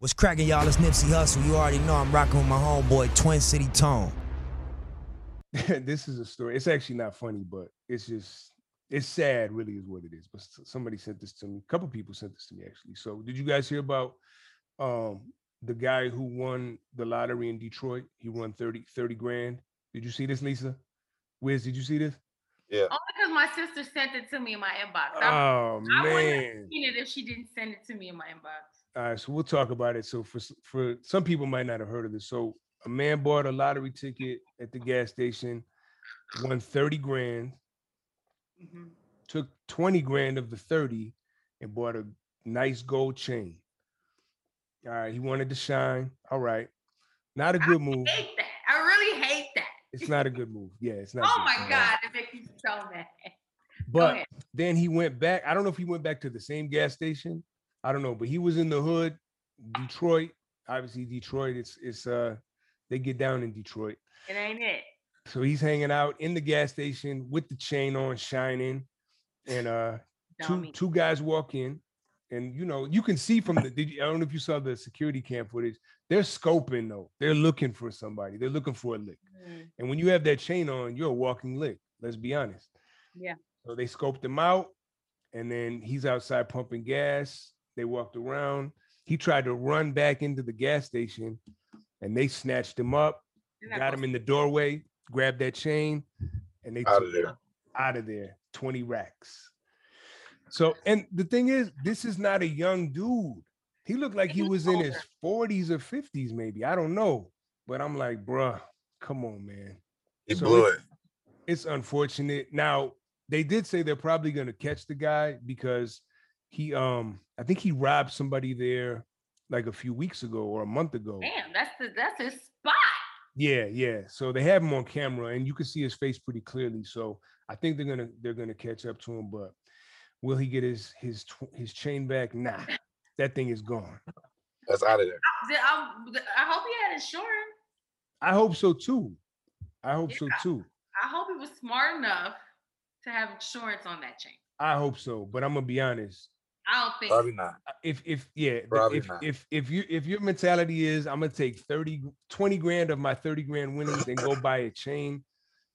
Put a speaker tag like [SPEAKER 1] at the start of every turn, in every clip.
[SPEAKER 1] What's cracking, y'all? It's Nipsey Hustle. You already know I'm rocking with my homeboy, Twin City Tone.
[SPEAKER 2] this is a story. It's actually not funny, but it's just it's sad, really, is what it is. But s- somebody sent this to me. A couple people sent this to me actually. So, did you guys hear about um the guy who won the lottery in Detroit? He won 30, 30 grand. Did you see this, Lisa? Wiz, did you see this?
[SPEAKER 3] Oh, because my sister sent it to me in my inbox. I
[SPEAKER 2] Oh
[SPEAKER 3] I wouldn't
[SPEAKER 2] man!
[SPEAKER 3] have wouldn't have seen it if she didn't send it to me in my inbox.
[SPEAKER 2] All right, so we'll talk about it. So for s- for some people might not have heard of this. So a man bought a lottery ticket at the gas station, won thirty grand,
[SPEAKER 3] Mhm.
[SPEAKER 2] took 20 grand of the 30 and bought a nice gold chain. All right, he wanted to shine. All right. Not a good move.
[SPEAKER 3] Hate that. I really hate that.
[SPEAKER 2] It's not a good move. Yeah, it's not.
[SPEAKER 3] Oh
[SPEAKER 2] good.
[SPEAKER 3] my
[SPEAKER 2] All right.
[SPEAKER 3] God, that makes me so mad.
[SPEAKER 2] But
[SPEAKER 3] ahead.
[SPEAKER 2] then he went back. I don't know if he went back to the same gas station. I don't know, but he was in the hood, Detroit. Obviously, Detroit. It's it's uh they get down in Detroit.
[SPEAKER 3] It ain't it.
[SPEAKER 2] So he's hanging out in the gas station with the chain on, shining. And uh two
[SPEAKER 3] Dummy.
[SPEAKER 2] two guys walk in, and you know you can see from the. Did you, I don't know if you saw the security cam footage. They're scoping though. They're looking for somebody. They're looking for a lick.
[SPEAKER 3] Mhm.
[SPEAKER 2] And when you have that chain on, you're a walking lick. Let's be honest.
[SPEAKER 3] Yeah.
[SPEAKER 2] So they scoped him out, and then he's outside pumping gas. They walked around. He tried to run back into the gas station, and they snatched him up,
[SPEAKER 3] You're not
[SPEAKER 2] got
[SPEAKER 3] gonna-
[SPEAKER 2] him in the doorway, grabbed that chain, and they
[SPEAKER 4] out
[SPEAKER 2] took
[SPEAKER 4] of there.
[SPEAKER 2] out of there 20 racks so and the thing is this is not a young dude he looked like he
[SPEAKER 3] He's
[SPEAKER 2] was in his
[SPEAKER 3] older.
[SPEAKER 2] 40s or 50s maybe i don't know but i'm like bruh come on man
[SPEAKER 4] He
[SPEAKER 2] So
[SPEAKER 4] blew
[SPEAKER 2] it-
[SPEAKER 4] it.
[SPEAKER 2] it's unfortunate now they did say they're probably going to catch the guy because he um i think he robbed somebody there like a few weeks ago or a month ago
[SPEAKER 3] Damn, that's the that's his spot.
[SPEAKER 2] yeah, yeah. So they have him on camera, and you can see his face pretty clearly. So I think they're gonna they're gonna catch up to him. But will he get his his tw- his chain back? Nah, that thing is gone.
[SPEAKER 4] That's out of there.
[SPEAKER 3] Th- I, th- um, I hope he had insurance.
[SPEAKER 2] I hope so too. I hope so
[SPEAKER 3] Yeah.
[SPEAKER 2] too.
[SPEAKER 3] I hope he was smart enough to have insurance on that chain.
[SPEAKER 2] I hope so. But I'm gonna be honest. uh,
[SPEAKER 3] I don't think.
[SPEAKER 4] Probably not.
[SPEAKER 2] If if yeah, the-
[SPEAKER 4] Probably
[SPEAKER 2] if
[SPEAKER 4] not.
[SPEAKER 2] if if you if your mentality is I'm gonna take 30 20 grand of my 30 grand winnings and go buy a chain,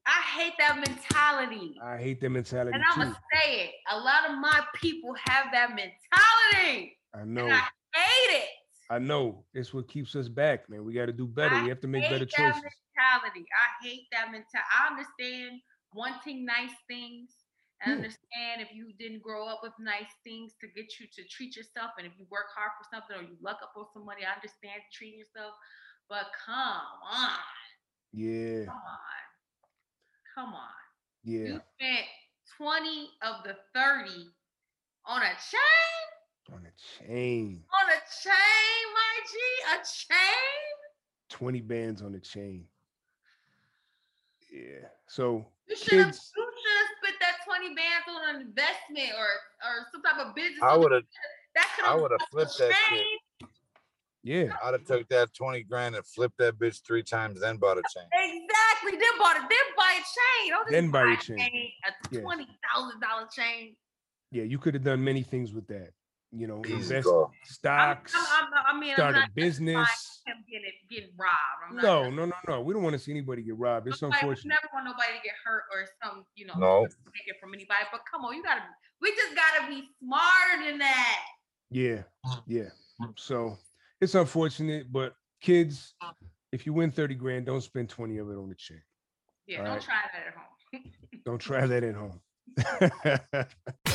[SPEAKER 3] I hate that mentality.
[SPEAKER 2] I hate that mentality
[SPEAKER 3] And I'm
[SPEAKER 2] too.
[SPEAKER 3] going to say it. A lot of my people have that mentality.
[SPEAKER 2] I know,
[SPEAKER 3] And I hate it.
[SPEAKER 2] I know. It's what keeps us back, man. We gotta do better.
[SPEAKER 3] I
[SPEAKER 2] We have to make better
[SPEAKER 3] hate that
[SPEAKER 2] choices.
[SPEAKER 3] mentality. I hate that mentality. I understand wanting nice things. I
[SPEAKER 2] Yeah.
[SPEAKER 3] understand if you didn't grow up with nice things to get you to treat yourself, and if you work hard for something or you luck up on some money, I understand treating yourself. But come on,
[SPEAKER 2] Yeah.
[SPEAKER 3] come on, come on.
[SPEAKER 2] Yeah,
[SPEAKER 3] You spent 20 of the 30 on a chain,
[SPEAKER 2] on a chain,
[SPEAKER 3] on a chain, my G, a chain.
[SPEAKER 2] twenty bands on a chain. Yeah. So
[SPEAKER 3] You should have you
[SPEAKER 2] Kids-
[SPEAKER 3] should have spent that twenty bands on an investment or or some type of business.
[SPEAKER 4] I
[SPEAKER 3] on
[SPEAKER 4] would
[SPEAKER 3] it.
[SPEAKER 4] have.
[SPEAKER 3] that could
[SPEAKER 4] I would have flipped that shit.
[SPEAKER 2] yeah,
[SPEAKER 4] I'd have took that twenty grand and flipped that bitch three times, then bought a chain.
[SPEAKER 3] Exactly. Then bought it. Then buy a chain. Don't just
[SPEAKER 2] Then buy a chain.
[SPEAKER 3] A
[SPEAKER 2] Yes.
[SPEAKER 3] twenty thousand dollar chain.
[SPEAKER 2] yeah. You could have done many things with that. You know,
[SPEAKER 4] Easy
[SPEAKER 2] invest
[SPEAKER 4] call.
[SPEAKER 3] I'm,
[SPEAKER 2] stocks,
[SPEAKER 3] I'm, I'm, I mean, I'm
[SPEAKER 2] start a
[SPEAKER 3] not
[SPEAKER 2] business.
[SPEAKER 3] him getting it- getting robbed. I'm not-
[SPEAKER 2] No, no, no, no. We don't want to see anybody get robbed. It's
[SPEAKER 3] nobody- we
[SPEAKER 2] unfortunate.
[SPEAKER 3] never want nobody to get hurt or some, you know,
[SPEAKER 4] No.
[SPEAKER 3] take it from anybody. But come on, you gotta. We just gotta be smarter than that.
[SPEAKER 2] Yeah, yeah. So it's unfortunate, but kids, if you win thirty grand, don't spend twenty of it on a chain.
[SPEAKER 3] Yeah.
[SPEAKER 2] All
[SPEAKER 3] don't
[SPEAKER 2] right.
[SPEAKER 3] try that at home.
[SPEAKER 2] Don't try that at home.